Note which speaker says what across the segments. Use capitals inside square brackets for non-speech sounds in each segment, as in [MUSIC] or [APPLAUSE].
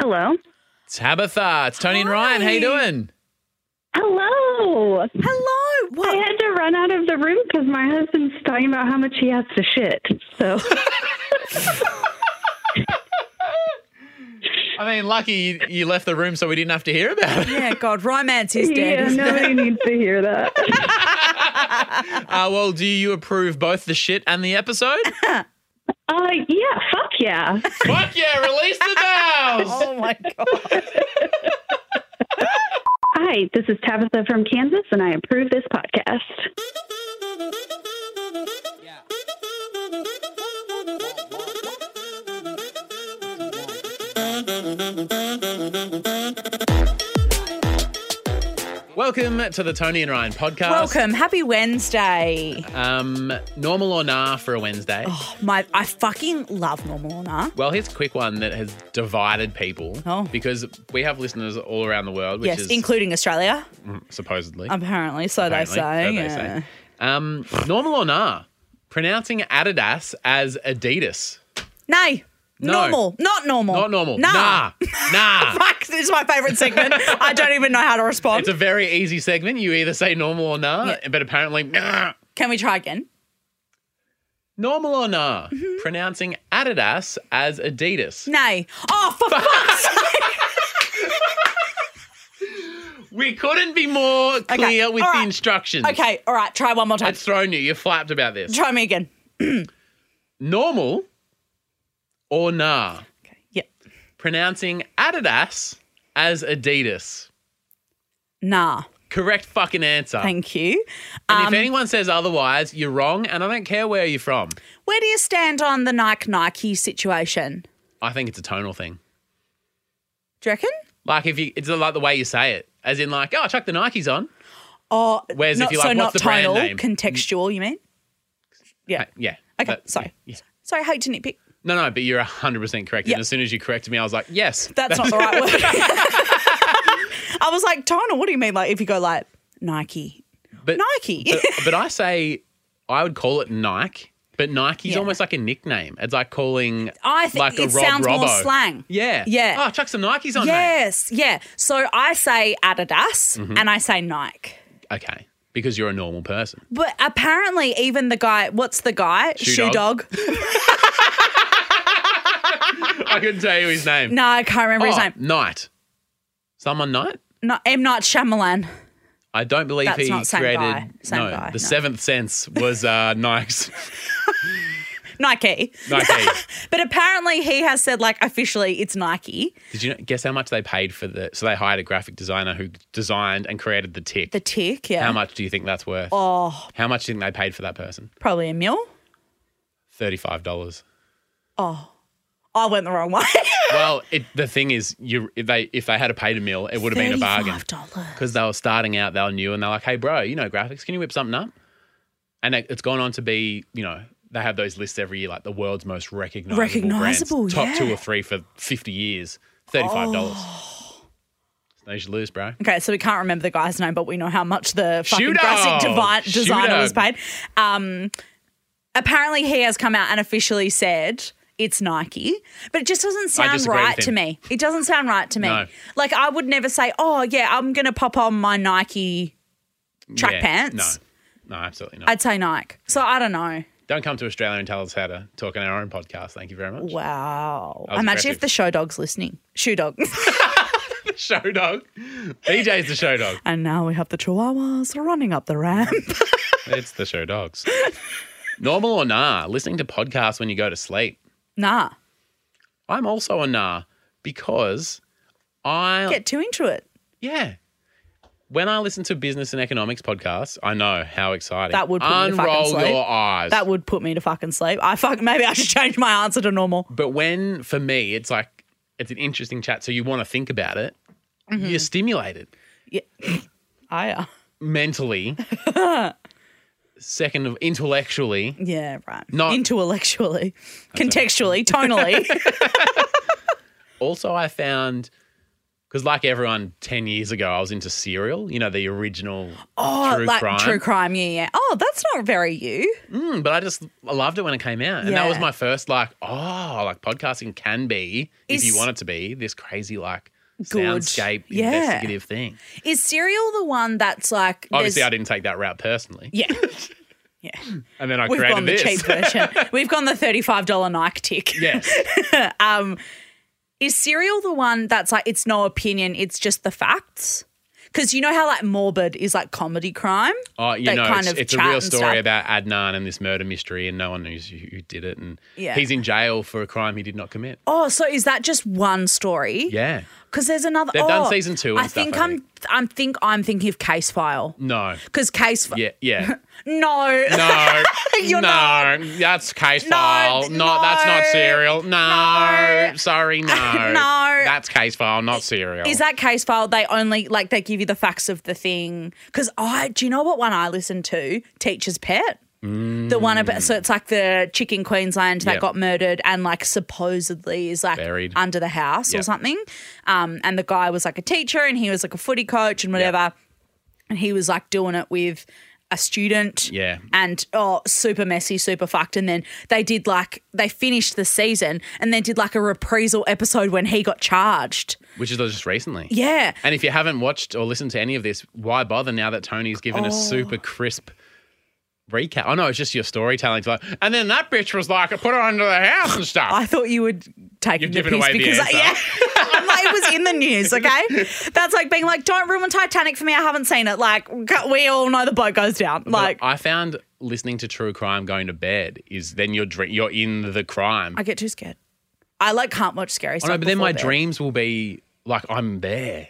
Speaker 1: Hello.
Speaker 2: Tabitha, it's Tony and Ryan. How you doing?
Speaker 1: Hello. I
Speaker 3: Hello. What?
Speaker 1: had to run out of the room because my husband's talking about how much he has to shit. So
Speaker 2: I mean, lucky you, you left the room so we didn't have to hear about it.
Speaker 3: Yeah, God, romance is dead.
Speaker 1: yeah,
Speaker 3: [LAUGHS] isn't it?
Speaker 1: nobody needs to hear that.
Speaker 2: [LAUGHS] Uh, well, do you approve both the shit and the episode?
Speaker 1: Uh, yeah, fuck yeah.
Speaker 2: [LAUGHS] Fuck yeah, release the bells.
Speaker 3: Oh my God.
Speaker 1: Hi, this is Tabitha from Kansas, and I approve this podcast.
Speaker 2: Welcome to the Tony and Ryan podcast.
Speaker 3: Welcome. Happy Wednesday.
Speaker 2: Um, normal or nah for a Wednesday.
Speaker 3: My, I fucking love normal or nah.
Speaker 2: Well, here's a quick one that has divided people
Speaker 3: Oh.
Speaker 2: because we have listeners all around the world, which
Speaker 3: Yes,
Speaker 2: is
Speaker 3: including Australia,
Speaker 2: supposedly.
Speaker 3: apparently. So
Speaker 2: apparently,
Speaker 3: they say.
Speaker 2: so they
Speaker 3: yeah.
Speaker 2: say. Um, normal or nah? Pronouncing Adidas as Adidas.
Speaker 3: Nay.
Speaker 2: No.
Speaker 3: Normal. Not normal.
Speaker 2: Not normal.
Speaker 3: Oh. Nah.
Speaker 2: Nah.
Speaker 3: [LAUGHS]
Speaker 2: Nah.
Speaker 3: Fuck, this is my
Speaker 2: [LAUGHS]
Speaker 3: favourite segment. I don't even know how to respond.
Speaker 2: it's a very easy segment. You either say normal or nah, but apparently, nah.
Speaker 3: Can we try again?
Speaker 2: Normal or nah?
Speaker 3: Mm-hmm.
Speaker 2: Pronouncing Adidas as Adidas.
Speaker 3: Nay. Oh, for fuck's sake.
Speaker 2: We couldn't be more clear with
Speaker 3: all
Speaker 2: the
Speaker 3: right.
Speaker 2: instructions.
Speaker 3: Okay, all right, try one more time.
Speaker 2: I've thrown you. You flapped about this.
Speaker 3: Try me again.
Speaker 2: Normal or nah?
Speaker 3: Okay. Yep.
Speaker 2: Pronouncing Adidas as Adidas.
Speaker 3: Nah.
Speaker 2: Ah. Correct fucking answer.
Speaker 3: Thank you.
Speaker 2: and if anyone says otherwise, you're wrong, and I don't care where you're from.
Speaker 3: Where do you stand on the Nike Nike situation?
Speaker 2: I think it's a tonal thing.
Speaker 3: Do you reckon?
Speaker 2: Like if you, it's like the way you say it, as in like, oh, chuck the Nikes on.
Speaker 3: Or
Speaker 2: Whereas if
Speaker 3: not,
Speaker 2: you're like,
Speaker 3: so
Speaker 2: what's
Speaker 3: not
Speaker 2: the brand
Speaker 3: tonal,
Speaker 2: name?
Speaker 3: contextual, you mean? Yeah.
Speaker 2: Yeah.
Speaker 3: Okay,
Speaker 2: That-
Speaker 3: sorry.
Speaker 2: yeah.
Speaker 3: Sorry, I hate to nitpick.
Speaker 2: No, no, but you're 100% correct.
Speaker 3: Yeah.
Speaker 2: And as soon as you corrected me, I was like, yes.
Speaker 3: That's
Speaker 2: [LAUGHS]
Speaker 3: not the right word. I was like, tonal, what do you mean? Like, if you go like Nike,
Speaker 2: but,
Speaker 3: Nike.
Speaker 2: but, but I say, I would call it Nike, but Nike's
Speaker 3: Yeah.
Speaker 2: almost like a nickname. It's like calling
Speaker 3: I think
Speaker 2: like a
Speaker 3: it
Speaker 2: Rob
Speaker 3: sounds more
Speaker 2: Robbo.
Speaker 3: slang.
Speaker 2: Yeah.
Speaker 3: Yeah.
Speaker 2: Oh, chuck some Nikes on mate.
Speaker 3: Yes, yeah. So I say Adidas
Speaker 2: Mm-hmm.
Speaker 3: and I say Nike.
Speaker 2: Okay. Because you're a normal person. [LAUGHS]
Speaker 3: But apparently, even the guy, what's the guy?
Speaker 2: Shoe
Speaker 3: dog.
Speaker 2: I couldn't tell you his name.
Speaker 3: No, I can't remember his
Speaker 2: Oh,
Speaker 3: name.
Speaker 2: Knight. Someone Knight?
Speaker 3: No, M. Night Shyamalan.
Speaker 2: I don't believe
Speaker 3: That's
Speaker 2: he
Speaker 3: not same
Speaker 2: created.
Speaker 3: guy. Same
Speaker 2: no,
Speaker 3: guy,
Speaker 2: the
Speaker 3: no.
Speaker 2: Seventh Sense was uh, Nike's.
Speaker 3: Nike. [LAUGHS]
Speaker 2: Nike.
Speaker 3: But apparently, he has said, like, officially, it's Nike.
Speaker 2: Did you know, guess how much they paid for the? So they hired a graphic designer who designed and created the tick.
Speaker 3: The tick, yeah.
Speaker 2: How much do you think that's worth?
Speaker 3: Oh,
Speaker 2: How much do you think they paid for that person?
Speaker 3: probably a mil.
Speaker 2: Thirty-five dollars.
Speaker 3: I went
Speaker 2: [LAUGHS]
Speaker 3: the wrong way.
Speaker 2: well, it, the thing is, you if they if they had paid a meal, it would have been a bargain
Speaker 3: $35.
Speaker 2: because they were starting out. They were new, and they're like, "Hey, bro, you know graphics? Can you whip something up?" And it, it's gone on to be, you know, they have those lists every year, like the world's most recognizable, brands,
Speaker 3: Recognisable,
Speaker 2: top two
Speaker 3: yeah. Oh.
Speaker 2: or three for fifty years, thirty-five dollars. No, you should lose, bro.
Speaker 3: Okay, so we can't remember the guy's name, but we know how much the fucking
Speaker 2: Shooter!
Speaker 3: graphic devi- designer
Speaker 2: Shooter.
Speaker 3: was paid. Um, apparently, he has come out and officially said it's Nike, but it just doesn't sound
Speaker 2: disagree
Speaker 3: right
Speaker 2: with
Speaker 3: to
Speaker 2: him.
Speaker 3: me. It doesn't sound right to me.
Speaker 2: No.
Speaker 3: Like I would never say, "Oh yeah, I'm gonna pop on my Nike track
Speaker 2: Yeah,
Speaker 3: pants."
Speaker 2: No, no, absolutely not.
Speaker 3: I'd say Nike. So I don't know.
Speaker 2: Don't come to Australia and tell us how to talk on our own podcast. Thank you very much.
Speaker 3: Wow.
Speaker 2: was
Speaker 3: Imagine if
Speaker 2: aggressive.
Speaker 3: the show dog's listening. Shoe dog.
Speaker 2: [LAUGHS]
Speaker 3: [LAUGHS]
Speaker 2: show dog. BJ's the show dog.
Speaker 3: and now we have the chihuahuas running up the ramp. [LAUGHS]
Speaker 2: It's the show dogs. Normal or nah? Listening to podcasts when you go to sleep.
Speaker 3: nah,
Speaker 2: I'm also a nah because I
Speaker 3: get too into it.
Speaker 2: yeah. When I listen to business and economics podcasts, I know how exciting.
Speaker 3: That would put me to fucking
Speaker 2: unroll
Speaker 3: sleep.
Speaker 2: your eyes.
Speaker 3: That would put me to fucking sleep. I fuck. Maybe I should change my answer to normal.
Speaker 2: but when for me, it's like it's an interesting chat, so you want to think about it.
Speaker 3: Mm-hmm.
Speaker 2: You're stimulated.
Speaker 3: I uh,
Speaker 2: mentally, second of intellectually.
Speaker 3: yeah, right.
Speaker 2: Not- [LAUGHS]
Speaker 3: intellectually, contextually, tonally.
Speaker 2: Also, I found Because like everyone, ten years ago, I was into Serial. You know, the original
Speaker 3: [LAUGHS] Oh,
Speaker 2: true
Speaker 3: like
Speaker 2: crime.
Speaker 3: true crime. Yeah, yeah. Oh, that's not very you.
Speaker 2: Mm, but I just I loved it when it came out, and that was
Speaker 3: Yeah.
Speaker 2: my first like, oh, like podcasting can be if
Speaker 3: Is-
Speaker 2: you want it to be this crazy like
Speaker 3: Good.
Speaker 2: soundscape
Speaker 3: Yeah.
Speaker 2: investigative thing.
Speaker 3: Is serial the one that's like
Speaker 2: Obviously, I
Speaker 3: there's-
Speaker 2: didn't take that route personally,
Speaker 3: yeah. [LAUGHS]
Speaker 2: and then I
Speaker 3: We've
Speaker 2: created
Speaker 3: gone the
Speaker 2: this.
Speaker 3: cheap version. We've gone the thirty-five dollar Nike tick.
Speaker 2: [LAUGHS] yes,
Speaker 3: Is serial the one that's like it's no opinion, it's just the facts? Because you know how like morbid is like comedy crime.
Speaker 2: oh, you
Speaker 3: That
Speaker 2: know,
Speaker 3: kind
Speaker 2: it's,
Speaker 3: of
Speaker 2: it's a
Speaker 3: chat
Speaker 2: real
Speaker 3: and
Speaker 2: story
Speaker 3: stuff.
Speaker 2: about Adnan and this murder mystery, and no one knows who who did it, and
Speaker 3: Yeah.
Speaker 2: he's in jail for a crime he did not commit.
Speaker 3: Oh, so is that just one story?
Speaker 2: Yeah,
Speaker 3: Because there's another.
Speaker 2: They've done
Speaker 3: oh,
Speaker 2: season two and
Speaker 3: I
Speaker 2: stuff,
Speaker 3: think
Speaker 2: I
Speaker 3: I'm. I'm think I'm thinking of Case File.
Speaker 2: no,
Speaker 3: Because Case. Fi-
Speaker 2: yeah,
Speaker 3: [LAUGHS]
Speaker 2: yeah,
Speaker 3: No.
Speaker 2: no,
Speaker 3: [LAUGHS] You're
Speaker 2: no,
Speaker 3: not.
Speaker 2: that's case
Speaker 3: No,
Speaker 2: file, not that's not
Speaker 3: no,
Speaker 2: serial, no,
Speaker 3: [LAUGHS] no.
Speaker 2: sorry, no,
Speaker 3: No.
Speaker 2: that's case file, not serial.
Speaker 3: Is that case file? They only like they give you the facts of the thing. Because I do you know what one I listened to? Teacher's Pet. The one about so it's like the chick in Queensland that
Speaker 2: Yep.
Speaker 3: got murdered and like supposedly is like
Speaker 2: Buried.
Speaker 3: under the house or
Speaker 2: Yep.
Speaker 3: something. Um, and the guy was like a teacher and he was like a footy coach and whatever. And he was like doing it with a student.
Speaker 2: Yeah.
Speaker 3: And oh, super messy, super fucked. And then they did like they finished the season and they did like a reprisal episode when he got charged.
Speaker 2: Which is just recently.
Speaker 3: Yeah.
Speaker 2: And if you haven't watched or listened to any of this, why bother now that Tony's given
Speaker 3: Oh.
Speaker 2: a super crisp recap? Oh no, it's just your storytelling. It's like, and then that bitch was like, I put her under the house and stuff.
Speaker 3: I thought you would take
Speaker 2: You've
Speaker 3: the
Speaker 2: given
Speaker 3: piss
Speaker 2: away the
Speaker 3: because I,
Speaker 2: answer.
Speaker 3: yeah, [LAUGHS] I'm like, it was in the news. Okay, that's like being like, don't ruin Titanic for me. I haven't seen it. Like we all know the boat goes down.
Speaker 2: But
Speaker 3: Like
Speaker 2: I found listening to true crime going to bed is then your dream. You're in the crime.
Speaker 3: I get too scared. I like can't watch scary
Speaker 2: oh
Speaker 3: stuff.
Speaker 2: no, but then
Speaker 3: before
Speaker 2: my
Speaker 3: bed.
Speaker 2: dreams will be like I'm there.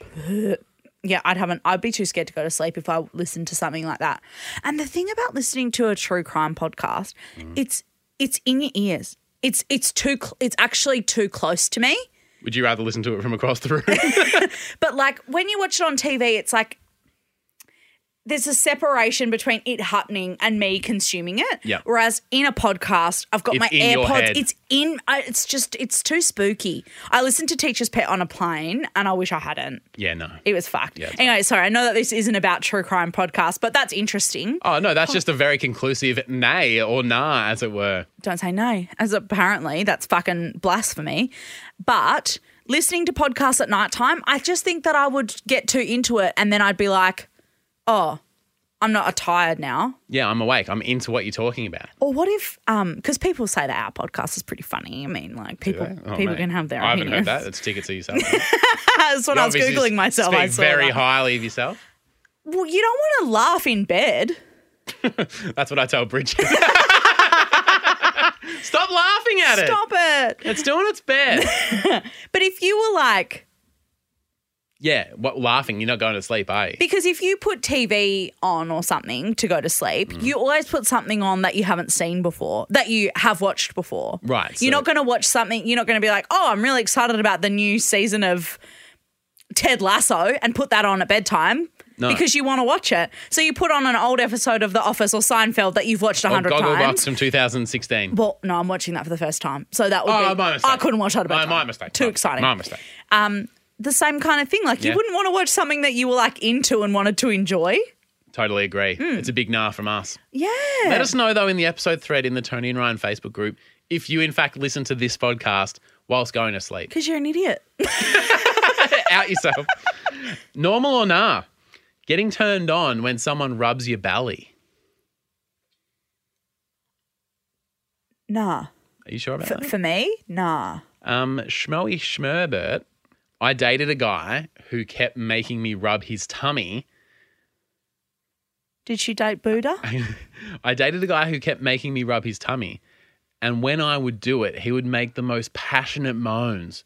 Speaker 3: Yeah, I'd haven't. I'd be too scared to go to sleep if I listened to something like that. And the thing about listening to a true crime podcast,
Speaker 2: Mm.
Speaker 3: it's it's in your ears. It's it's too. Cl- it's actually too close to me.
Speaker 2: Would you rather listen to it from across the room? [LAUGHS]
Speaker 3: But like when you watch it on TV, it's like there's a separation between it happening and me consuming it.
Speaker 2: Yeah.
Speaker 3: Whereas in a podcast, I've got
Speaker 2: It's
Speaker 3: my
Speaker 2: in your
Speaker 3: AirPods.
Speaker 2: head.
Speaker 3: It's in. I- It's just. It's too spooky. I listened to Teacher's Pet on a plane, and I wish I hadn't.
Speaker 2: yeah, no.
Speaker 3: It was fucked.
Speaker 2: Yeah, it's
Speaker 3: anyway, sorry. I know that this isn't about true crime podcast, but that's interesting.
Speaker 2: Oh no, that's just a very conclusive nay or nah, as it were.
Speaker 3: Don't say no, as apparently that's fucking blasphemy. But listening to podcasts at nighttime, I just think that I would get too into it and then I'd be like, oh, I'm not tired now.
Speaker 2: Yeah, I'm awake. I'm into what you're talking about.
Speaker 3: Or what if, um, because people say that our podcast is pretty funny. I mean, like people
Speaker 2: Oh,
Speaker 3: people
Speaker 2: mate.
Speaker 3: can have their
Speaker 2: I haven't
Speaker 3: opinions.
Speaker 2: heard that. It's tickets to yourself.
Speaker 3: [LAUGHS] That's what I was
Speaker 2: Obviously,
Speaker 3: googling myself.
Speaker 2: Speak
Speaker 3: I saw
Speaker 2: very
Speaker 3: that.
Speaker 2: highly of yourself.
Speaker 3: Well, you don't want to laugh in bed.
Speaker 2: That's what I tell
Speaker 3: [LAUGHS]
Speaker 2: Bridget. [LAUGHS] Stop laughing at it.
Speaker 3: Stop it.
Speaker 2: It's doing its best.
Speaker 3: But if you were like,
Speaker 2: yeah, what laughing? You're not going to sleep, are you?
Speaker 3: Because if you put TV on or something to go to sleep,
Speaker 2: Mm.
Speaker 3: you always put something on that you haven't seen before, that you have watched before.
Speaker 2: Right,
Speaker 3: You're
Speaker 2: so-
Speaker 3: not going to watch something, you're not going to be like, oh, I'm really excited about the new season of Ted Lasso and put that on at bedtime.
Speaker 2: No.
Speaker 3: Because you want to watch it. So you put on an old episode of The Office or Seinfeld that you've watched a
Speaker 2: Or
Speaker 3: hundred
Speaker 2: Gogglebox
Speaker 3: times.
Speaker 2: from 2016.
Speaker 3: Well, no, I'm watching that for the first time. So that would
Speaker 2: Oh,
Speaker 3: be.
Speaker 2: my mistake.
Speaker 3: I couldn't watch that at
Speaker 2: My,
Speaker 3: bedtime.
Speaker 2: my mistake.
Speaker 3: Too
Speaker 2: my,
Speaker 3: exciting Um,
Speaker 2: My mistake.
Speaker 3: the same kind of thing. Like you
Speaker 2: Yeah.
Speaker 3: wouldn't want to watch something that you were like into and wanted to enjoy.
Speaker 2: Totally agree. It's a big nah from us.
Speaker 3: Hmm. Yeah.
Speaker 2: Let us know, though, in the episode thread in the Tony and Ryan Facebook group, if you, in fact, listen to this podcast whilst going to sleep.
Speaker 3: Because you're an idiot. [LAUGHS]
Speaker 2: [LAUGHS] Out yourself. Normal or nah? Getting turned on when someone rubs your belly.
Speaker 3: Nah.
Speaker 2: Are you sure about
Speaker 3: For,
Speaker 2: that?
Speaker 3: for me, nah.
Speaker 2: Um, Schmoey Schmerbert, I dated a guy who kept making me rub his tummy.
Speaker 3: Did she date Buddha?
Speaker 2: [LAUGHS] I dated a guy who kept making me rub his tummy. And when I would do it, he would make the most passionate moans.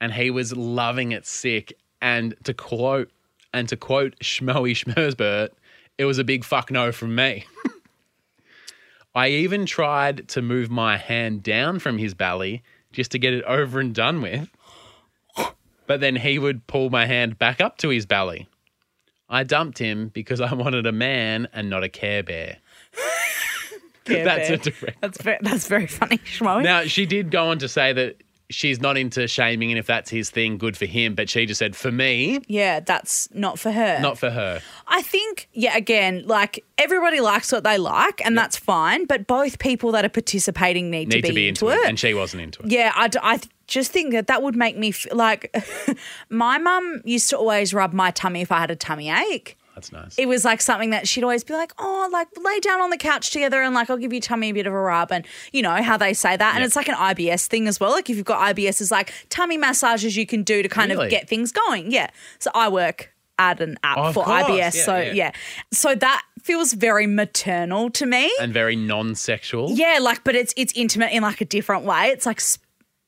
Speaker 2: And he was loving it sick. And to quote and to quote Schmoey Schmersbert, it was a big fuck no from me. [LAUGHS] I even tried to move my hand down from his belly just to get it over and done with. But then he would pull my hand back up to his belly. I dumped him because I wanted a man and not a care bear.
Speaker 3: Yeah,
Speaker 2: That's
Speaker 3: fair.
Speaker 2: a direct.
Speaker 3: That's very, that's very funny, [LAUGHS] Shmoe.
Speaker 2: Now she did go on to say that she's not into shaming, and if that's his thing, good for him. But she just said, for me,
Speaker 3: Yeah, that's not for her.
Speaker 2: not for her.
Speaker 3: I think, yeah, again, like everybody likes what they like, and that's fine. But both people that are participating need,
Speaker 2: Need to be into it.
Speaker 3: it.
Speaker 2: And she wasn't into it.
Speaker 3: Yeah, I, d- I th- just think that that would make me f- like [LAUGHS] my mum used to always rub my tummy if I had a tummy ache.
Speaker 2: That's nice.
Speaker 3: It was like something that she'd always be like, oh, like lay down on the couch together and like I'll give your tummy a bit of a rub. And you know how they say that. And
Speaker 2: Yeah.
Speaker 3: it's like an IBS thing as well. Like if you've got IBS, it's like tummy massages you can do to kind
Speaker 2: Really?
Speaker 3: of get things going. Yeah. So I work at an app
Speaker 2: Oh, of
Speaker 3: for
Speaker 2: course.
Speaker 3: IBS.
Speaker 2: Yeah,
Speaker 3: so
Speaker 2: yeah.
Speaker 3: yeah. So that feels very maternal to me.
Speaker 2: and very non sexual.
Speaker 3: Yeah, like, but it's it's intimate in like a different way. It's like s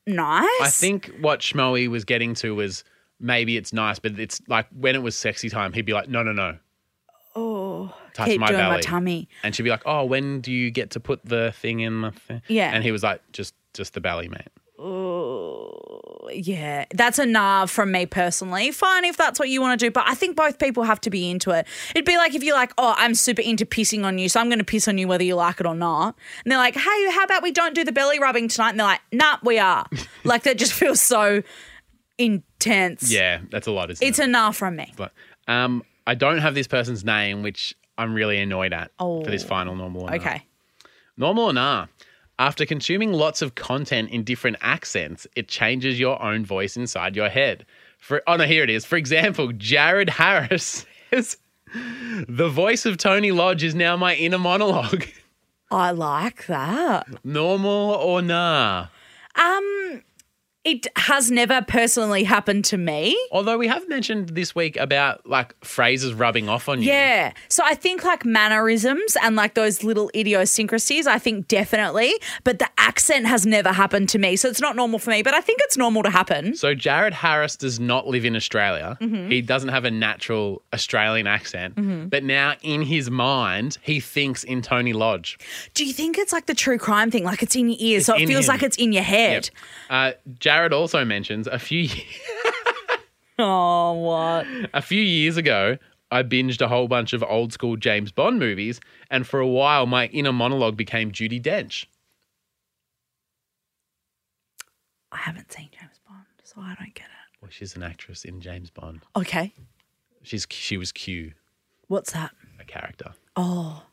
Speaker 3: nice.
Speaker 2: I think what Schmoey was getting to was maybe it's nice, but it's like when it was sexy time, he'd be like, no, no, no. Oh, touch
Speaker 3: keep
Speaker 2: my
Speaker 3: doing
Speaker 2: belly.
Speaker 3: my tummy.
Speaker 2: And she'd be like, oh, when do you get to put the thing in the thing?
Speaker 3: Yeah.
Speaker 2: And he was like, just just the belly, mate.
Speaker 3: Yeah, that's a nah from me personally. Fine if that's what you want to do, but I think both people have to be into it. It'd be like if you're like, oh, I'm super into pissing on you, so I'm going to piss on you whether you like it or not. And they're like, hey, how about we don't do the belly rubbing tonight? And they're like, nah, we are. like that just feels so intense.
Speaker 2: Yeah, that's a lot, isn't
Speaker 3: It's
Speaker 2: it?
Speaker 3: a nah from me.
Speaker 2: But, um, I don't have this person's name, which I'm really annoyed at
Speaker 3: Oh.
Speaker 2: for this final normal. or nah.
Speaker 3: Okay.
Speaker 2: Normal or nah? After consuming lots of content in different accents, it changes your own voice inside your head. For oh no, here it is. For example, Jared Harris [LAUGHS] says, "The voice of Tony Lodge is now my inner monologue." [LAUGHS]
Speaker 3: I like that.
Speaker 2: Normal or nah?
Speaker 3: It has never personally happened to me.
Speaker 2: Although we have mentioned this week about like phrases rubbing off on you.
Speaker 3: Yeah. So I think like mannerisms and like those little idiosyncrasies, I think definitely. But the accent has never happened to me. So it's not normal for me, but I think it's normal to happen.
Speaker 2: So Jared Harris does not live in Australia. He doesn't have a natural Australian accent, but now in his mind he thinks in Tony Lodge.
Speaker 3: Do you think it's like the true crime thing? Like it's in your ears. so
Speaker 2: in
Speaker 3: it feels
Speaker 2: him.
Speaker 3: like it's in your head.
Speaker 2: Uh, Jared also mentions a few
Speaker 3: Oh, what?
Speaker 2: [LAUGHS] a few years ago, I binged a whole bunch of old school James Bond movies, and for a while, my inner monologue became Judy Dench.
Speaker 3: I haven't seen James Bond, so I don't get it.
Speaker 2: Well, she's an actress in James Bond.
Speaker 3: Okay.
Speaker 2: She's she was Q,
Speaker 3: What's that?
Speaker 2: a character.
Speaker 3: Oh.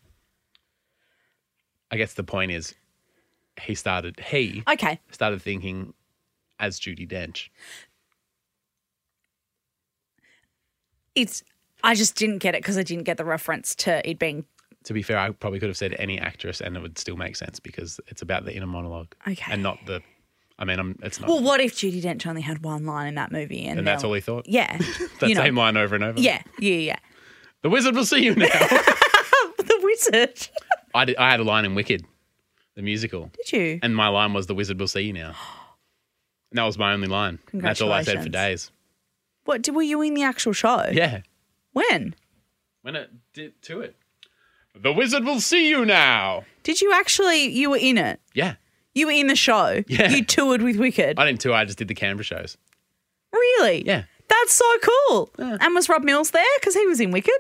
Speaker 2: I guess the point is, he started he
Speaker 3: Okay.
Speaker 2: started thinking as Judy Dench.
Speaker 3: It's I just didn't get it because I didn't get the reference to it being
Speaker 2: To be fair, I probably could have said any actress, and it would still make sense because it's about the inner monologue,
Speaker 3: Okay.
Speaker 2: and not the. I mean, I'm, it's not,
Speaker 3: Well, what if Judy Dench only had one line in that movie and,
Speaker 2: and that's
Speaker 3: they'll-
Speaker 2: all he thought. [LAUGHS]
Speaker 3: Yeah.
Speaker 2: That
Speaker 3: you know.
Speaker 2: same line over and over.
Speaker 3: Yeah, yeah, yeah.
Speaker 2: The wizard will see you now.
Speaker 3: [LAUGHS] The wizard.
Speaker 2: I, did, I had a line in Wicked, the musical,
Speaker 3: Did you?
Speaker 2: and my line was "The wizard will see you
Speaker 3: [GASPS]
Speaker 2: now." And that was my only line. And That's all I said for days.
Speaker 3: What did were you in the actual show?
Speaker 2: Yeah,
Speaker 3: When
Speaker 2: when it did to it, the wizard will see you now.
Speaker 3: did you actually? You were in it.
Speaker 2: Yeah,
Speaker 3: You were in the show.
Speaker 2: Yeah.
Speaker 3: You toured with Wicked.
Speaker 2: I didn't too. I just did the Canberra shows.
Speaker 3: really?
Speaker 2: Yeah.
Speaker 3: That's so cool. And was Rob Mills there? Because he was in Wicked.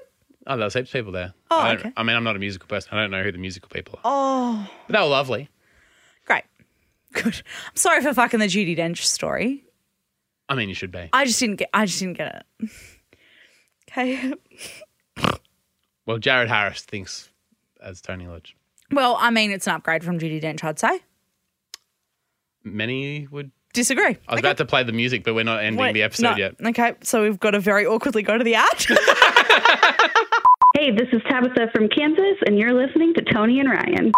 Speaker 2: Oh, there was heaps of people there.
Speaker 3: Oh,
Speaker 2: I, don't-
Speaker 3: okay.
Speaker 2: I mean, I'm not a musical person. I don't know who the musical people are.
Speaker 3: Oh,
Speaker 2: But they were lovely.
Speaker 3: great. [LAUGHS] Good. I'm sorry for fucking the Judy Dench story.
Speaker 2: I mean, you should be.
Speaker 3: I just didn't get. I just didn't get it. [LAUGHS] okay.
Speaker 2: Well, Jared Harris thinks as Tony Lodge.
Speaker 3: Well, I mean, it's an upgrade from Judy Dench, I'd say.
Speaker 2: Many would.
Speaker 3: Disagree.
Speaker 2: I was about to play the music, but we're not ending
Speaker 3: Wait,
Speaker 2: the episode
Speaker 3: no.
Speaker 2: yet.
Speaker 3: Okay, so we've got to very awkwardly go to the ad. [LAUGHS]
Speaker 1: Hey, this is Tabitha from Kansas, and you're listening to Tony and Ryan.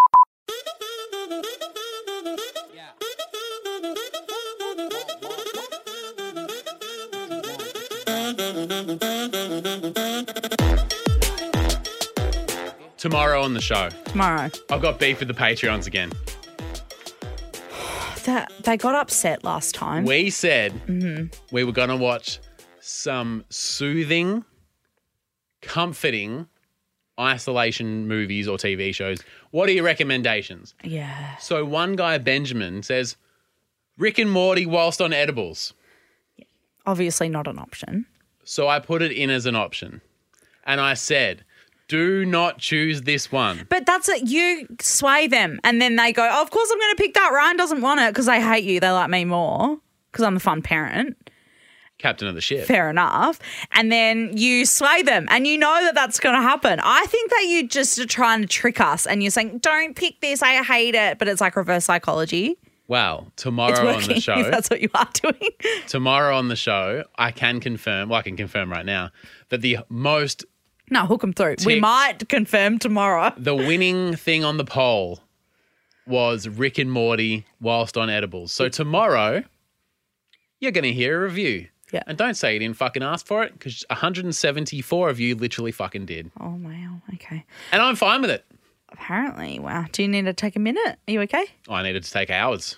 Speaker 2: Tomorrow on the show,
Speaker 3: Tomorrow.
Speaker 2: I've got beef with the Patreons again.
Speaker 3: That they got upset last time.
Speaker 2: We said we were going to watch some soothing, comforting isolation movies or TV shows. What are your recommendations?
Speaker 3: yeah.
Speaker 2: So, one guy, Benjamin, says Rick and Morty whilst on edibles.
Speaker 3: Obviously not an option.
Speaker 2: So, I put it in as an option. And I said, Do not choose this one.
Speaker 3: But that's it. You sway them, and then they go, oh, "Of course, I'm going to pick that." Ryan doesn't want it because they hate you. They like me more because I'm the fun parent.
Speaker 2: Captain of the ship.
Speaker 3: Fair enough. And then you sway them, and you know that that's going to happen. I think that you just are trying to trick us, and you're saying, "Don't pick this. I hate it." But it's like reverse psychology.
Speaker 2: Wow.
Speaker 3: It's
Speaker 2: Tomorrow on
Speaker 3: working. [LAUGHS]
Speaker 2: the show.
Speaker 3: If that's what you are doing. [LAUGHS]
Speaker 2: tomorrow on the show, I can confirm, well, I can confirm right now, that the most,
Speaker 3: no, hook them through. We
Speaker 2: Tick.
Speaker 3: might confirm tomorrow.
Speaker 2: the winning thing on the poll was Rick and Morty whilst on edibles. So tomorrow, you're going to hear a review.
Speaker 3: Yeah.
Speaker 2: And don't say you didn't fucking ask for it because 174 of you literally fucking did.
Speaker 3: Oh wow. Okay.
Speaker 2: And I'm fine with it.
Speaker 3: Apparently, wow. Do you need to take a minute? Are you okay?
Speaker 2: I needed to take hours.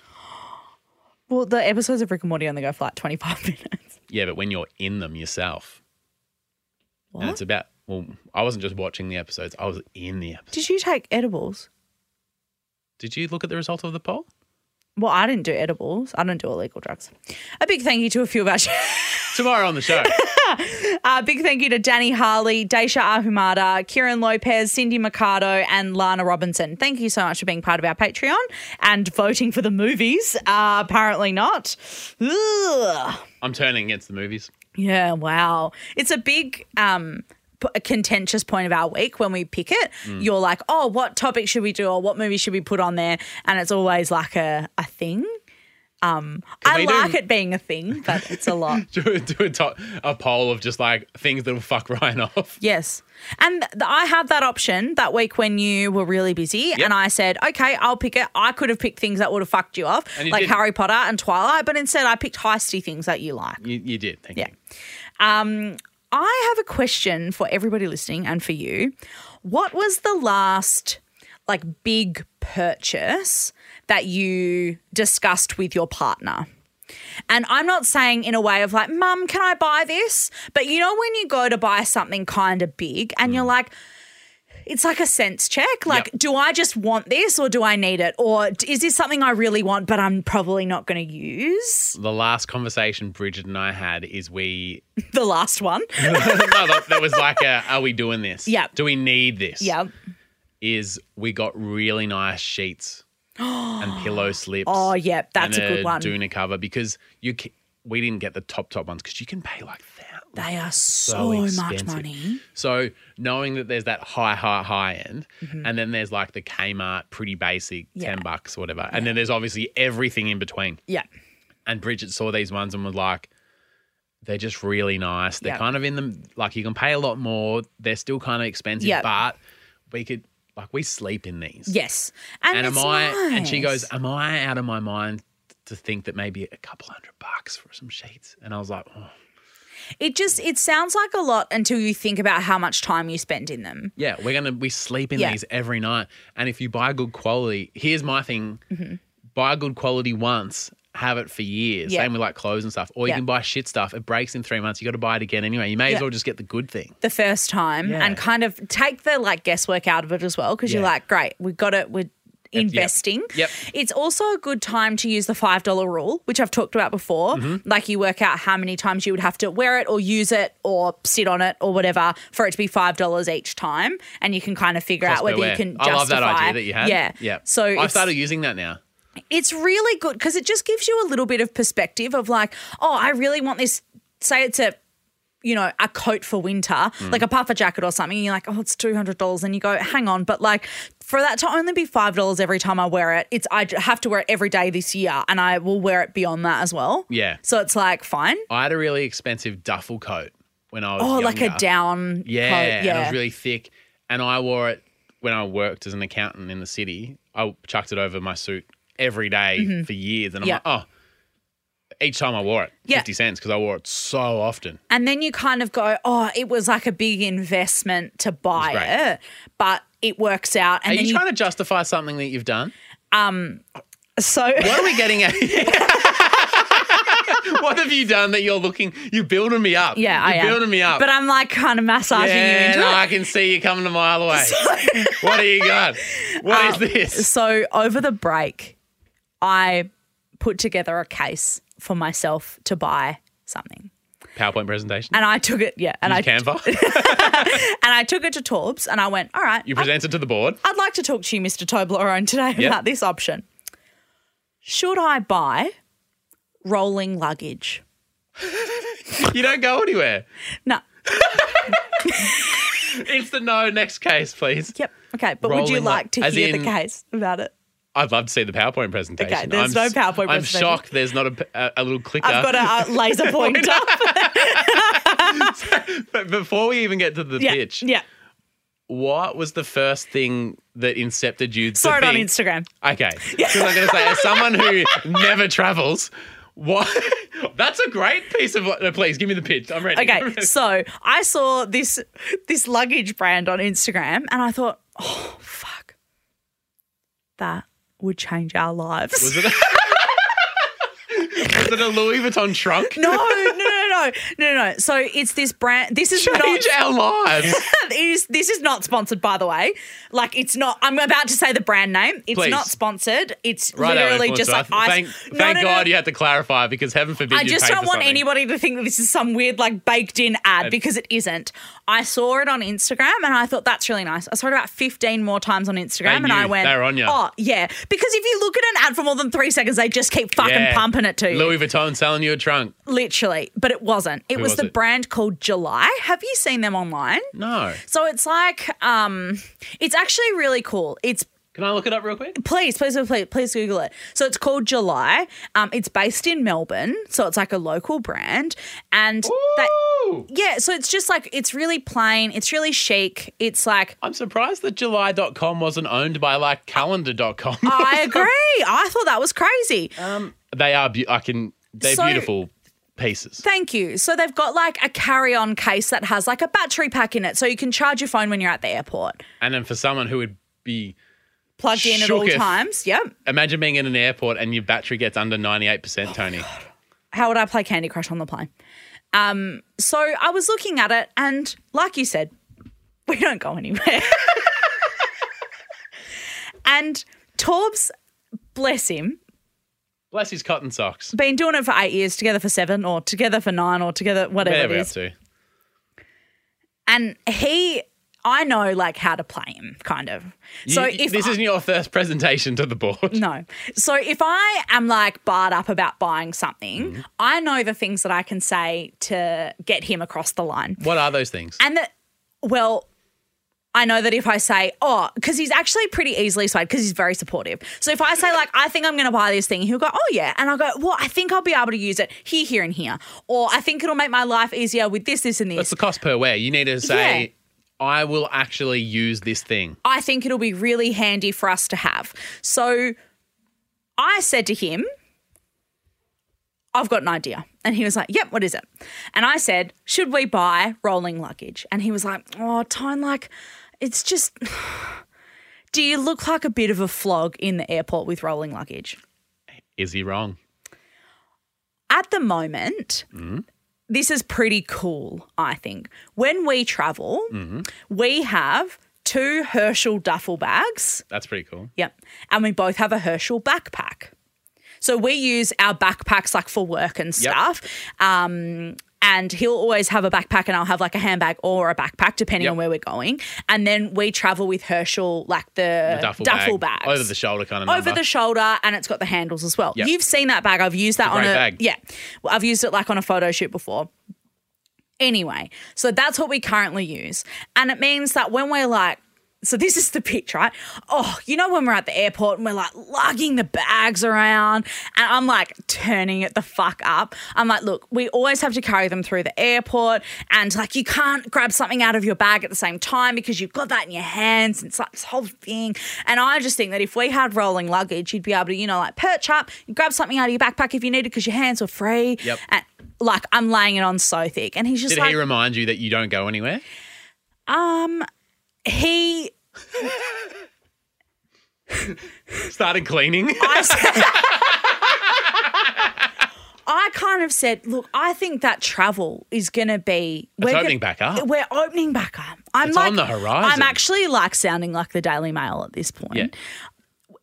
Speaker 3: Well, the episodes of Rick and Morty only go for like 25 [LAUGHS] minutes.
Speaker 2: Yeah, but when you're in them yourself, and
Speaker 3: What?
Speaker 2: it's about, well, I wasn't just watching the episodes, I was in the episode.
Speaker 3: Did you take edibles?
Speaker 2: Did you look at the result of the poll?
Speaker 3: Well, I didn't do edibles. I don't do illegal drugs. A big thank you to a few of our. [LAUGHS]
Speaker 2: Tomorrow on the show.
Speaker 3: A big thank you to Danny Harley, Daisha Ahumada, Kieran Lopez, Cindy Mercado, and Lana Robinson. Thank you so much for being part of our Patreon and voting for the movies. Uh, apparently not. Ugh.
Speaker 2: I'm turning against the movies. [LAUGHS]
Speaker 3: Yeah, wow. It's a big um p- a contentious point of our week when we pick it.
Speaker 2: Mm.
Speaker 3: You're like, "Oh, what topic should we do or what movie should we put on there?" And it's always like a a thing. Um I
Speaker 2: we do-
Speaker 3: like it being a thing, but it's
Speaker 2: [LAUGHS]
Speaker 3: a lot.
Speaker 2: do, a- do a, top, a poll of just like things that'll fuck Ryan [LAUGHS] off.
Speaker 3: Yes. And th- I had that option that week when you were really busy. And I said, okay, I'll pick it. I could have picked things that would have fucked you off,
Speaker 2: And you
Speaker 3: like
Speaker 2: didn't.
Speaker 3: Harry Potter and Twilight. But instead, I picked heisty things that you like.
Speaker 2: You, you did. Thank
Speaker 3: Yeah.
Speaker 2: you.
Speaker 3: Um, I have a question for everybody listening and for you. What was the last like big purchase that you discussed with your partner? And I'm not saying in a way of like, Mum, can I buy this? But you know, when you go to buy something kind of big and you're like, it's like a sense check. Like,
Speaker 2: Mm. Yep.
Speaker 3: do I just want this or do I need it? Or d- is this something I really want, but I'm probably not going to use?
Speaker 2: The last conversation Bridget and I had is we. [LAUGHS]
Speaker 3: The last one.
Speaker 2: no, that, that was like, a, are we doing this?
Speaker 3: Yeah.
Speaker 2: Do we need this?
Speaker 3: yeah.
Speaker 2: Is we got really nice sheets
Speaker 3: [GASPS]
Speaker 2: and pillow slips.
Speaker 3: Oh, yeah, that's
Speaker 2: and uh,
Speaker 3: a good one.
Speaker 2: Duna cover because you. ca- We didn't get the top top ones because you can pay like that.
Speaker 3: They are
Speaker 2: so
Speaker 3: so, much
Speaker 2: expensive.
Speaker 3: money.
Speaker 2: So knowing that there's that high, high, high end, and then there's like the Kmart, pretty basic,
Speaker 3: Mm-hmm. Yeah.
Speaker 2: ten bucks, whatever, and then there's obviously everything in between.
Speaker 3: Yeah.
Speaker 2: And Bridget saw these ones and was like, they're just really nice. They're
Speaker 3: Yeah.
Speaker 2: kind of in the like you can pay a lot more. They're still kind of expensive,
Speaker 3: Yeah.
Speaker 2: but we could like we sleep in these.
Speaker 3: Yes. And,
Speaker 2: And am
Speaker 3: it's
Speaker 2: I? And she
Speaker 3: nice.
Speaker 2: goes, "Am I out of my mind to think that maybe a couple hundred bucks for some sheets?" And I was like, oh.
Speaker 3: It just it sounds like a lot until you think about how much time you spend in them.
Speaker 2: Yeah, we're gonna we sleep in
Speaker 3: Yeah.
Speaker 2: these every night. And if you buy good quality, here's my thing:
Speaker 3: Mm-hmm.
Speaker 2: buy good quality once, have it for years.
Speaker 3: Yeah.
Speaker 2: Same with like clothes and stuff. Or you
Speaker 3: Yeah.
Speaker 2: can buy shit stuff. It breaks in three months. You got to buy it again anyway. You may
Speaker 3: Yeah.
Speaker 2: as well just get the good thing.
Speaker 3: The first time
Speaker 2: Yeah.
Speaker 3: and kind of take the like guesswork out of it as well because you're
Speaker 2: Yeah.
Speaker 3: like, great, we got it. We're investing.
Speaker 2: Yep.
Speaker 3: It's also a good time to use the five dollar rule, which I've talked about before.
Speaker 2: Mm-hmm.
Speaker 3: Like you work out how many times you would have to wear it or use it or sit on it or whatever for it to be five dollars each time, and you can kind of figure
Speaker 2: Cost
Speaker 3: out
Speaker 2: per
Speaker 3: whether
Speaker 2: wear.
Speaker 3: you can.
Speaker 2: I
Speaker 3: Justify,
Speaker 2: love that idea that you had.
Speaker 3: Yeah,
Speaker 2: yeah.
Speaker 3: So
Speaker 2: I
Speaker 3: it's-
Speaker 2: started using that now.
Speaker 3: it's really good because it just gives you a little bit of perspective of like, oh, I really want this. Say it's a, you know, a coat for winter,
Speaker 2: Hmm.
Speaker 3: like a puffer jacket or something. And you're like, oh, it's two hundred dollars, and you go, hang on, but like for that to only be five dollars every time I wear it, it's I have to wear it every day this year, and I will wear it beyond that as well.
Speaker 2: Yeah.
Speaker 3: So it's like fine.
Speaker 2: I had a really expensive duffel coat when I was
Speaker 3: Oh, like a
Speaker 2: younger.
Speaker 3: down
Speaker 2: Yeah,
Speaker 3: coat.
Speaker 2: and it was really thick. And I wore it when I worked as an accountant in the city. I chucked it over my suit every day for years, and I'm
Speaker 3: Mm-hmm. Yeah.
Speaker 2: like, oh, each time I wore it,
Speaker 3: Yeah.
Speaker 2: fifty cents because I wore it so often.
Speaker 3: And then you kind of go, oh, it was like a big investment to buy
Speaker 2: great.
Speaker 3: it, but it works out. And
Speaker 2: Are
Speaker 3: then
Speaker 2: you trying to justify something that you've
Speaker 3: [LAUGHS]
Speaker 2: done?
Speaker 3: so
Speaker 2: What are we getting at? [LAUGHS] here? what have you done that you're looking? You're building me up.
Speaker 3: Yeah, I
Speaker 2: you're
Speaker 3: am.
Speaker 2: building me up.
Speaker 3: But I'm like kind of massaging you
Speaker 2: yeah,
Speaker 3: into
Speaker 2: no,
Speaker 3: it.
Speaker 2: I can see you coming a mile
Speaker 3: [LAUGHS]
Speaker 2: away. what do you got?
Speaker 3: Um,
Speaker 2: What is this?
Speaker 3: So over the break, I put together a case for myself to buy something.
Speaker 2: PowerPoint presentation.
Speaker 3: And I took it, yeah. And I
Speaker 2: Use Canva.
Speaker 3: [LAUGHS] and I took it to Torbs and I went, all right,
Speaker 2: you
Speaker 3: I-
Speaker 2: present it to the board.
Speaker 3: I'd like to talk to you, Mr. Toblerone, today
Speaker 2: Yep.
Speaker 3: about this option. Should I buy rolling luggage?
Speaker 2: [LAUGHS] You don't go anywhere.
Speaker 3: No.
Speaker 2: It's the no. Next case, please.
Speaker 3: Yep. Okay. But would you
Speaker 2: Rolling lu-
Speaker 3: like to
Speaker 2: as
Speaker 3: hear
Speaker 2: in-
Speaker 3: the case about it?
Speaker 2: I'd love to see the PowerPoint presentation.
Speaker 3: Okay, there's no
Speaker 2: s-
Speaker 3: PowerPoint
Speaker 2: I'm
Speaker 3: presentation.
Speaker 2: shocked there's not a, a, a little clicker.
Speaker 3: I've got a uh, laser pointer.
Speaker 2: [LAUGHS] but before we even get to the
Speaker 3: yeah.
Speaker 2: pitch,
Speaker 3: Yeah.
Speaker 2: what was the first thing that incepted you? to
Speaker 3: Saw it on
Speaker 2: think-
Speaker 3: Instagram. [LAUGHS]
Speaker 2: Okay. Because I'm going to say, as someone who never travels, what? [LAUGHS] That's a great piece of. No, please give me the pitch. I'm ready. [LAUGHS]
Speaker 3: Okay, so I saw this this luggage brand on Instagram, and I thought, oh fuck, that would change our lives.
Speaker 2: Was it? [LAUGHS] was it a Louis Vuitton trunk?
Speaker 3: [LAUGHS] no, no, no, no, no, no, no. So it's this brand. This is not.
Speaker 2: Change our lives.
Speaker 3: [LAUGHS] it is, this is not sponsored, by the way. Like it's not. I'm about to say the brand name. It's
Speaker 2: Please.
Speaker 3: not sponsored. It's
Speaker 2: Right, our
Speaker 3: literally just
Speaker 2: influencer.
Speaker 3: like
Speaker 2: I
Speaker 3: ice.
Speaker 2: thank,
Speaker 3: no,
Speaker 2: thank
Speaker 3: no, no.
Speaker 2: God you had to clarify because heaven forbid
Speaker 3: I
Speaker 2: you
Speaker 3: just
Speaker 2: paid
Speaker 3: don't
Speaker 2: for
Speaker 3: want
Speaker 2: something.
Speaker 3: anybody to think that this is some weird, like, baked in ad because it isn't. I saw it on Instagram and I thought that's really nice. I saw it about 15 more times on Instagram and
Speaker 2: knew.
Speaker 3: I went,
Speaker 2: They were on ya.
Speaker 3: Oh, yeah. Because if you look at an ad for more than three seconds, they just keep fucking
Speaker 2: Yeah.
Speaker 3: pumping it to you.
Speaker 2: Louis Vuitton selling you a trunk.
Speaker 3: Literally. But it wasn't. It was,
Speaker 2: was
Speaker 3: the
Speaker 2: it?
Speaker 3: brand called July. Have you seen them online?
Speaker 2: No.
Speaker 3: So it's like, um, it's actually really cool. It's
Speaker 2: Can I look it up real quick?
Speaker 3: please, please, please, please Google it. So it's called July. Um, it's based in Melbourne, so it's like a local brand, and that
Speaker 2: Ooh.
Speaker 3: yeah, so it's just like it's really plain, it's really chic. It's like
Speaker 2: I'm surprised that July.com wasn't owned by like calendar.com.
Speaker 3: I
Speaker 2: [LAUGHS]
Speaker 3: agree. I thought that was crazy.
Speaker 2: Um, they are beau I can they're
Speaker 3: So-
Speaker 2: beautiful pieces.
Speaker 3: Thank you. So they've got like a carry-on case that has like a battery pack in it, so you can charge your phone when you're at the airport,
Speaker 2: And then for someone who would be
Speaker 3: plugged in at all
Speaker 2: Shooketh.
Speaker 3: times. Yep.
Speaker 2: imagine being in an airport and your battery gets under
Speaker 3: Oh,
Speaker 2: 98%, Tony.
Speaker 3: how would I play Candy Crush on the plane? Um, so I was looking at it, and like you said, we don't go anywhere. [LAUGHS] and Torb's, bless him,
Speaker 2: Bless his cotton socks.
Speaker 3: been doing it for eight years, together for seven, or together for nine, or together
Speaker 2: There
Speaker 3: whatever
Speaker 2: we
Speaker 3: it
Speaker 2: up
Speaker 3: is.
Speaker 2: to.
Speaker 3: And he, I know like how to play him, kind of. So
Speaker 2: You-
Speaker 3: if
Speaker 2: this
Speaker 3: I-
Speaker 2: isn't your first presentation to the board.
Speaker 3: [LAUGHS] No. So if I am like barred up about buying
Speaker 2: Mm-hmm.
Speaker 3: something, I know the things that I can say to get him across the line.
Speaker 2: What are those things?
Speaker 3: And that, well, I know that if I say, oh, because he's actually pretty easily swayed because he's very supportive. So if I say, like, I think I'm going to buy this thing, he'll go, oh, yeah. And I'll go, well, I think I'll be able to use it here, here, and here. Or I think it'll make my life easier with this, this, and
Speaker 2: What's
Speaker 3: this.
Speaker 2: the cost per wear? You need to say, I will actually use this thing.
Speaker 3: I think it'll be really handy for us to have. So I said to him, I've got an idea. And he was like, Yep, what is it? And I said, Should we buy rolling luggage? And he was like, Oh, Tone, like, it's just. [SIGHS] Do you look like a bit of a flog in the airport with rolling luggage?
Speaker 2: Is he wrong?
Speaker 3: At the moment, this is pretty cool, I think. When we travel, we have two Herschel duffel bags.
Speaker 2: That's pretty cool.
Speaker 3: Yep. And we both have a Herschel backpack. So we use our backpacks like for work and stuff. Um, and he'll always have a backpack, and I'll have like a handbag or a backpack, depending
Speaker 2: Yep.
Speaker 3: on where we're going. And then we travel with Herschel, like the,
Speaker 2: A duffel, bag,
Speaker 3: bags.
Speaker 2: Over the shoulder kind of
Speaker 3: Over the shoulder, and it's got the handles as well.
Speaker 2: Yep.
Speaker 3: You've seen that bag. I've used that on
Speaker 2: great
Speaker 3: a
Speaker 2: bag.
Speaker 3: yeah. Well, I've used it like on a photo shoot before. Anyway, so that's what we currently use, and it means that when we're like. So this is the pitch, right? Oh, you know when we're at the airport and we're like lugging the bags around and I'm like turning it the fuck up. I'm like, look, we always have to carry them through the airport and like you can't grab something out of your bag at the same time because you've got that in your hands and it's like this whole thing. And I just think that if we had rolling luggage, you'd be able to, you know, like perch up, grab something out of your backpack if you needed because your hands were free.
Speaker 2: Yep.
Speaker 3: And, like I'm laying it on so thick, and he's just
Speaker 2: Did
Speaker 3: like, um,
Speaker 2: he remind you that you don't go anywhere?
Speaker 3: he
Speaker 2: Started
Speaker 3: [LAUGHS]
Speaker 2: cleaning.
Speaker 3: I said- I kind of said, look, I think that travel is going to be. We're
Speaker 2: opening back up.
Speaker 3: We're opening back up. I'm
Speaker 2: It's
Speaker 3: like,
Speaker 2: on the horizon.
Speaker 3: I'm actually like sounding like the Daily Mail at this point.
Speaker 2: Yeah.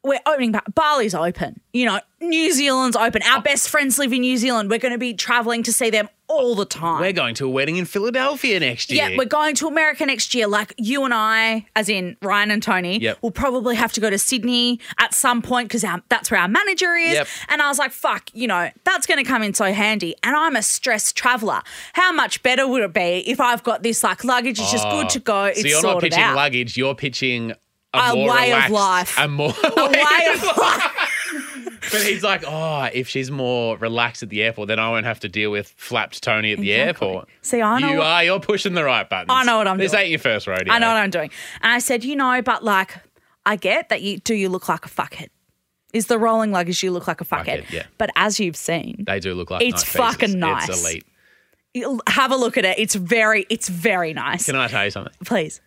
Speaker 3: we're opening back. Bali's open. You know, New Zealand's open.
Speaker 2: Oh.
Speaker 3: Our best friends live in New Zealand. We're going to be traveling to see them all the time.
Speaker 2: We're going to a wedding in Philadelphia next year.
Speaker 3: yeah, we're going to America next year. Like you and I, as in Ryan and Tony,
Speaker 2: Yep.
Speaker 3: will probably have to go to Sydney at some point because that's where our manager is.
Speaker 2: Yep.
Speaker 3: And I was like, fuck, you know, that's going to come in so handy. And I'm a stressed traveler. How much better would it be if I've got this like luggage? It's just good to go. It's
Speaker 2: Oh, so you're not
Speaker 3: sorted
Speaker 2: pitching
Speaker 3: out.
Speaker 2: luggage, you're pitching a,
Speaker 3: A
Speaker 2: more
Speaker 3: way of
Speaker 2: relaxed-
Speaker 3: life.
Speaker 2: A more [LAUGHS]
Speaker 3: A [LAUGHS] way of life.
Speaker 2: But he's like, oh, if she's more relaxed at the airport, then I won't have to deal with flapped Tony at the airport.
Speaker 3: See, I know
Speaker 2: You
Speaker 3: what-
Speaker 2: are, you're pushing the right buttons.
Speaker 3: I know what I'm
Speaker 2: this
Speaker 3: doing.
Speaker 2: ain't your first rodeo.
Speaker 3: I know what I'm doing. And I said, you know, but like, I get that you do you look like a fuckhead. Is the rolling luggage you look like a fuckhead?
Speaker 2: Fuckhead, yeah.
Speaker 3: But as you've seen,
Speaker 2: They do look like
Speaker 3: It's
Speaker 2: nice
Speaker 3: fucking
Speaker 2: pieces.
Speaker 3: nice.
Speaker 2: It's elite.
Speaker 3: you- have a look at it. It's very, it's very nice.
Speaker 2: Can I tell you something?
Speaker 3: Please,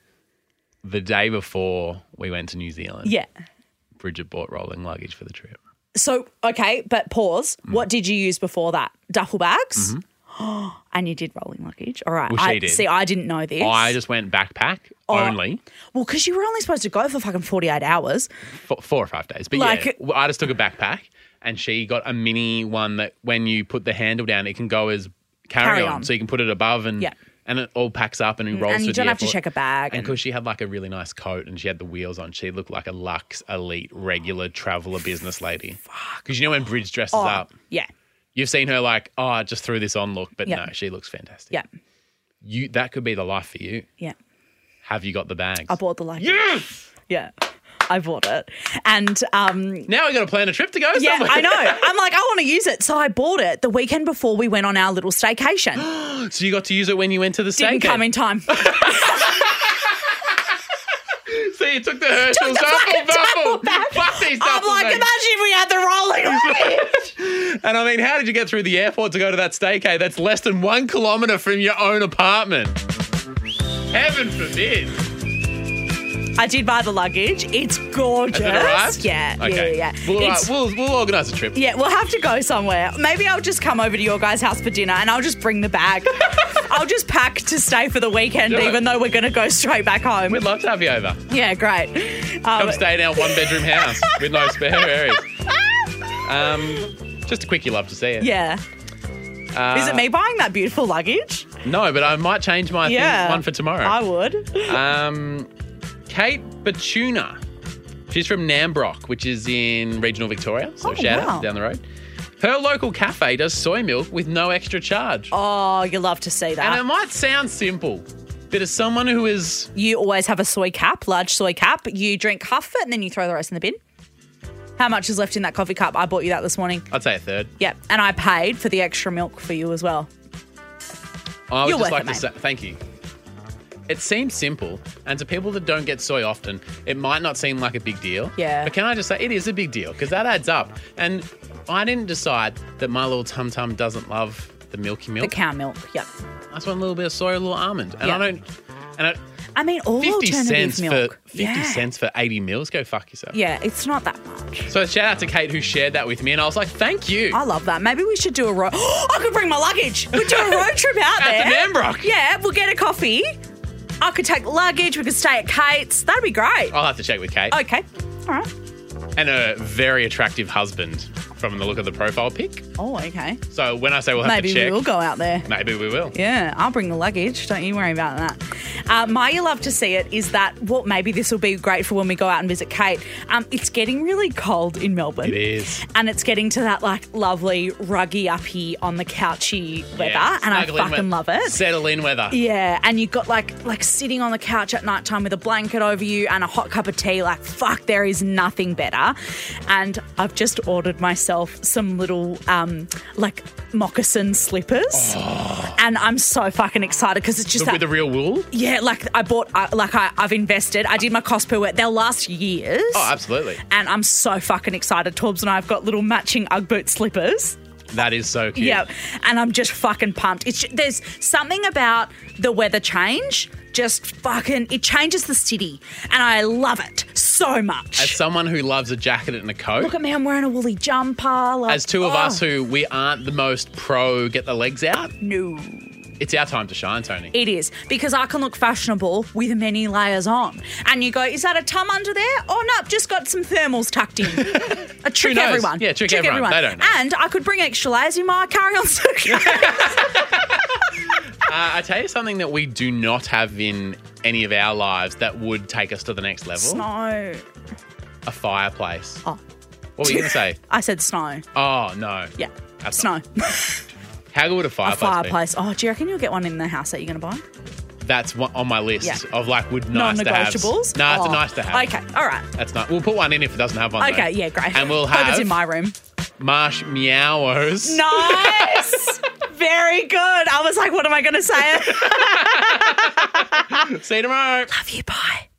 Speaker 2: The day before we went to New Zealand,
Speaker 3: yeah.
Speaker 2: Bridget bought rolling luggage for the trip.
Speaker 3: So okay, but pause.
Speaker 2: Mm.
Speaker 3: What did you use before that? Duffel bags. [GASPS] and you did rolling luggage. All right.
Speaker 2: Well, she
Speaker 3: I,
Speaker 2: Mm-hmm. did.
Speaker 3: See, I didn't know this.
Speaker 2: I just went backpack
Speaker 3: Oh.
Speaker 2: only
Speaker 3: well, because you were only supposed to go for fucking forty eight hours.
Speaker 2: for four or five days. But
Speaker 3: Like-
Speaker 2: yeah, I just took a backpack and she got a mini one that when you put the handle down, it can go as carry,
Speaker 3: Carry
Speaker 2: on.
Speaker 3: on.
Speaker 2: So you can put it above and
Speaker 3: Yeah.
Speaker 2: and it all packs up and it rolls
Speaker 3: and
Speaker 2: through
Speaker 3: you don't
Speaker 2: the
Speaker 3: have to
Speaker 2: airport.
Speaker 3: check a bag.
Speaker 2: And
Speaker 3: and-
Speaker 2: because she had like a really nice coat and she had the wheels on, she looked like a luxe, elite, regular traveler business lady. Because you know when Bridge dresses
Speaker 3: Oh,
Speaker 2: up,
Speaker 3: yeah,
Speaker 2: you've seen her like, oh, I just threw this on look, but
Speaker 3: Yeah.
Speaker 2: no, she looks fantastic.
Speaker 3: yeah,
Speaker 2: You that could be the life for you.
Speaker 3: yeah.
Speaker 2: Have you got the bags?
Speaker 3: I bought the luggage.
Speaker 2: yes.
Speaker 3: Yeah. I bought it. And um
Speaker 2: Now we got to plan a trip to go
Speaker 3: yeah,
Speaker 2: somewhere.
Speaker 3: I know. I'm like, I want to use it. So I bought it the weekend before we went on our
Speaker 2: [GASPS]
Speaker 3: little staycation.
Speaker 2: [LAUGHS] So you got to use it when you went to the
Speaker 3: Didn't
Speaker 2: staycation.
Speaker 3: come in time.
Speaker 2: [LAUGHS] [LAUGHS] So you took the Herschel's
Speaker 3: fucking
Speaker 2: apple [LAUGHS]
Speaker 3: duffel
Speaker 2: bubble.
Speaker 3: bag.
Speaker 2: Fuck these
Speaker 3: I'm
Speaker 2: duffel
Speaker 3: like,
Speaker 2: bags.
Speaker 3: imagine if we had the rolling [LAUGHS] luggage.
Speaker 2: [LAUGHS] And I mean, how did you get through the airport to go to that staycay that's less than one kilometre from your own apartment? Heaven forbid.
Speaker 3: I did buy the luggage. It's gorgeous.
Speaker 2: Has it arrived?
Speaker 3: Yeah,
Speaker 2: Okay.
Speaker 3: yeah, yeah, yeah.
Speaker 2: We'll, uh,
Speaker 3: It's-
Speaker 2: we'll, we'll organise a trip.
Speaker 3: yeah, we'll have to go somewhere. Maybe I'll just come over to your guys' house for dinner and I'll just bring
Speaker 2: [LAUGHS]
Speaker 3: the bag. I'll just pack to stay for the weekend,
Speaker 2: Do it.
Speaker 3: even though we're going to go straight back home.
Speaker 2: We'd love to have you over.
Speaker 3: Yeah, great. Um,
Speaker 2: Come stay in our one bedroom house with no [LAUGHS] spare areas. Um, just a quick, you love to see it.
Speaker 3: [LAUGHS] Yeah.
Speaker 2: Uh,
Speaker 3: Is it me buying that beautiful luggage?
Speaker 2: No, but I might change my thing-
Speaker 3: yeah.
Speaker 2: one for tomorrow.
Speaker 3: I would.
Speaker 2: Um, Kate Batuna. She's from Nambrock, which is in regional Victoria. So
Speaker 3: Oh,
Speaker 2: shout
Speaker 3: wow.
Speaker 2: out down the road. Her local cafe does soy milk with no extra charge.
Speaker 3: Oh, you love to see
Speaker 2: And it
Speaker 3: that.
Speaker 2: might sound simple, but as someone who is
Speaker 3: You always have a soy cap, large soy cap. You drink half of it and then you throw the rest in the bin. How much is left in that coffee cup? I bought you that this morning.
Speaker 2: I'd say a third.
Speaker 3: Yep. And I paid for the extra milk for you as well.
Speaker 2: I would
Speaker 3: You're
Speaker 2: just
Speaker 3: worth
Speaker 2: like
Speaker 3: it,
Speaker 2: to
Speaker 3: mate.
Speaker 2: say thank you. It seems simple, and to people that don't get soy often, it might not seem like a big deal.
Speaker 3: Yeah.
Speaker 2: But can I just say it is a big deal because that adds up. And I didn't decide that my little tum tum doesn't love the milky
Speaker 3: The
Speaker 2: milk.
Speaker 3: cow milk. Yep.
Speaker 2: I just want a little bit of soy, a little almond, and
Speaker 3: Yeah.
Speaker 2: I don't. And it,
Speaker 3: I mean, all
Speaker 2: fifty
Speaker 3: alternative
Speaker 2: cents
Speaker 3: milk.
Speaker 2: for fifty
Speaker 3: yeah.
Speaker 2: cents for eighty mils. Go fuck yourself.
Speaker 3: Yeah, it's not that much.
Speaker 2: So shout out to Kate who shared that with me, and I was like, thank you.
Speaker 3: I love that. Maybe we should do a road. [GASPS] I could bring my luggage. We'd do
Speaker 2: [LAUGHS]
Speaker 3: a road trip out
Speaker 2: Out
Speaker 3: there.
Speaker 2: to Nanbrook.
Speaker 3: Yeah, we'll get a coffee. I could take luggage. We could stay at Kate's. That'd be great.
Speaker 2: I'll have to check with Kate
Speaker 3: Okay. All right.
Speaker 2: and a very attractive husband from the look of the profile pic.
Speaker 3: Oh, okay.
Speaker 2: So when I say we'll have
Speaker 3: Maybe
Speaker 2: to check,
Speaker 3: we will go out there.
Speaker 2: maybe we will.
Speaker 3: Yeah, I'll bring the luggage. Don't you worry about that. Uh, my you love to see it is that well, maybe this will be great for when we go out and visit Kate. Um, it's getting really cold in Melbourne.
Speaker 2: It is.
Speaker 3: And it's getting to that like lovely ruggy uppy on the couchy weather,
Speaker 2: Yeah,
Speaker 3: and I
Speaker 2: snuggle in
Speaker 3: fucking
Speaker 2: we-
Speaker 3: love it.
Speaker 2: Settle in weather.
Speaker 3: Yeah, and you got like like sitting on the couch at night time with a blanket over you and a hot cup of tea, like fuck, there is nothing better. And I've just ordered myself some little um like moccasin slippers. And I'm so fucking excited because it's just
Speaker 2: With
Speaker 3: that
Speaker 2: Oh. the real wool? Oh,
Speaker 3: yeah, like I bought, I like I, I've invested. I did my cost per wear. They'll last years.
Speaker 2: Oh, absolutely.
Speaker 3: and I'm so fucking excited. Torbs and I have got little matching Ugg boot slippers.
Speaker 2: That is so cute.
Speaker 3: Yeah, and I'm just fucking pumped. It's there's something about the weather change. Just fucking, it changes the city, and I love it so
Speaker 2: As
Speaker 3: much.
Speaker 2: someone who loves a jacket and a coat,
Speaker 3: Look at me, I'm wearing a woolly jumper. Like,
Speaker 2: as two of
Speaker 3: oh,
Speaker 2: us who we aren't the most pro get the legs out,
Speaker 3: no,
Speaker 2: It's our time to shine, Tony.
Speaker 3: It is because I can look fashionable with many layers on. And you go, is that a tum under there? Oh no, just got some thermals
Speaker 2: [LAUGHS]
Speaker 3: tucked in. I trick
Speaker 2: knows?
Speaker 3: everyone.
Speaker 2: Yeah, trick everyone. They don't know.
Speaker 3: And I could bring extra layers in my carry-on suitcase.
Speaker 2: Uh, I tell you something that we do not have in any of our lives that would take us to the next level:
Speaker 3: [LAUGHS] snow.
Speaker 2: a fireplace.
Speaker 3: Oh.
Speaker 2: What were you gonna say?
Speaker 3: I said snow.
Speaker 2: Oh no.
Speaker 3: Yeah.
Speaker 2: That's
Speaker 3: snow.
Speaker 2: not- How would a
Speaker 3: A
Speaker 2: fireplace? be?
Speaker 3: fireplace. Oh, do you reckon you'll get one in the house that you're going to buy?
Speaker 2: That's one on my list
Speaker 3: Yeah.
Speaker 2: of like would nice to have. No,
Speaker 3: Non-negotiables.
Speaker 2: it's a
Speaker 3: Oh,
Speaker 2: nice to have.
Speaker 3: Okay, all right.
Speaker 2: That's not. We'll put one in if it doesn't have one. though.
Speaker 3: Okay, yeah, great.
Speaker 2: And we'll
Speaker 3: Hope
Speaker 2: have
Speaker 3: it's in my room.
Speaker 2: marsh meowers. [LAUGHS]
Speaker 3: Nice. Very good. I was like, what am I going to say?
Speaker 2: See you tomorrow.
Speaker 3: Love you. Bye.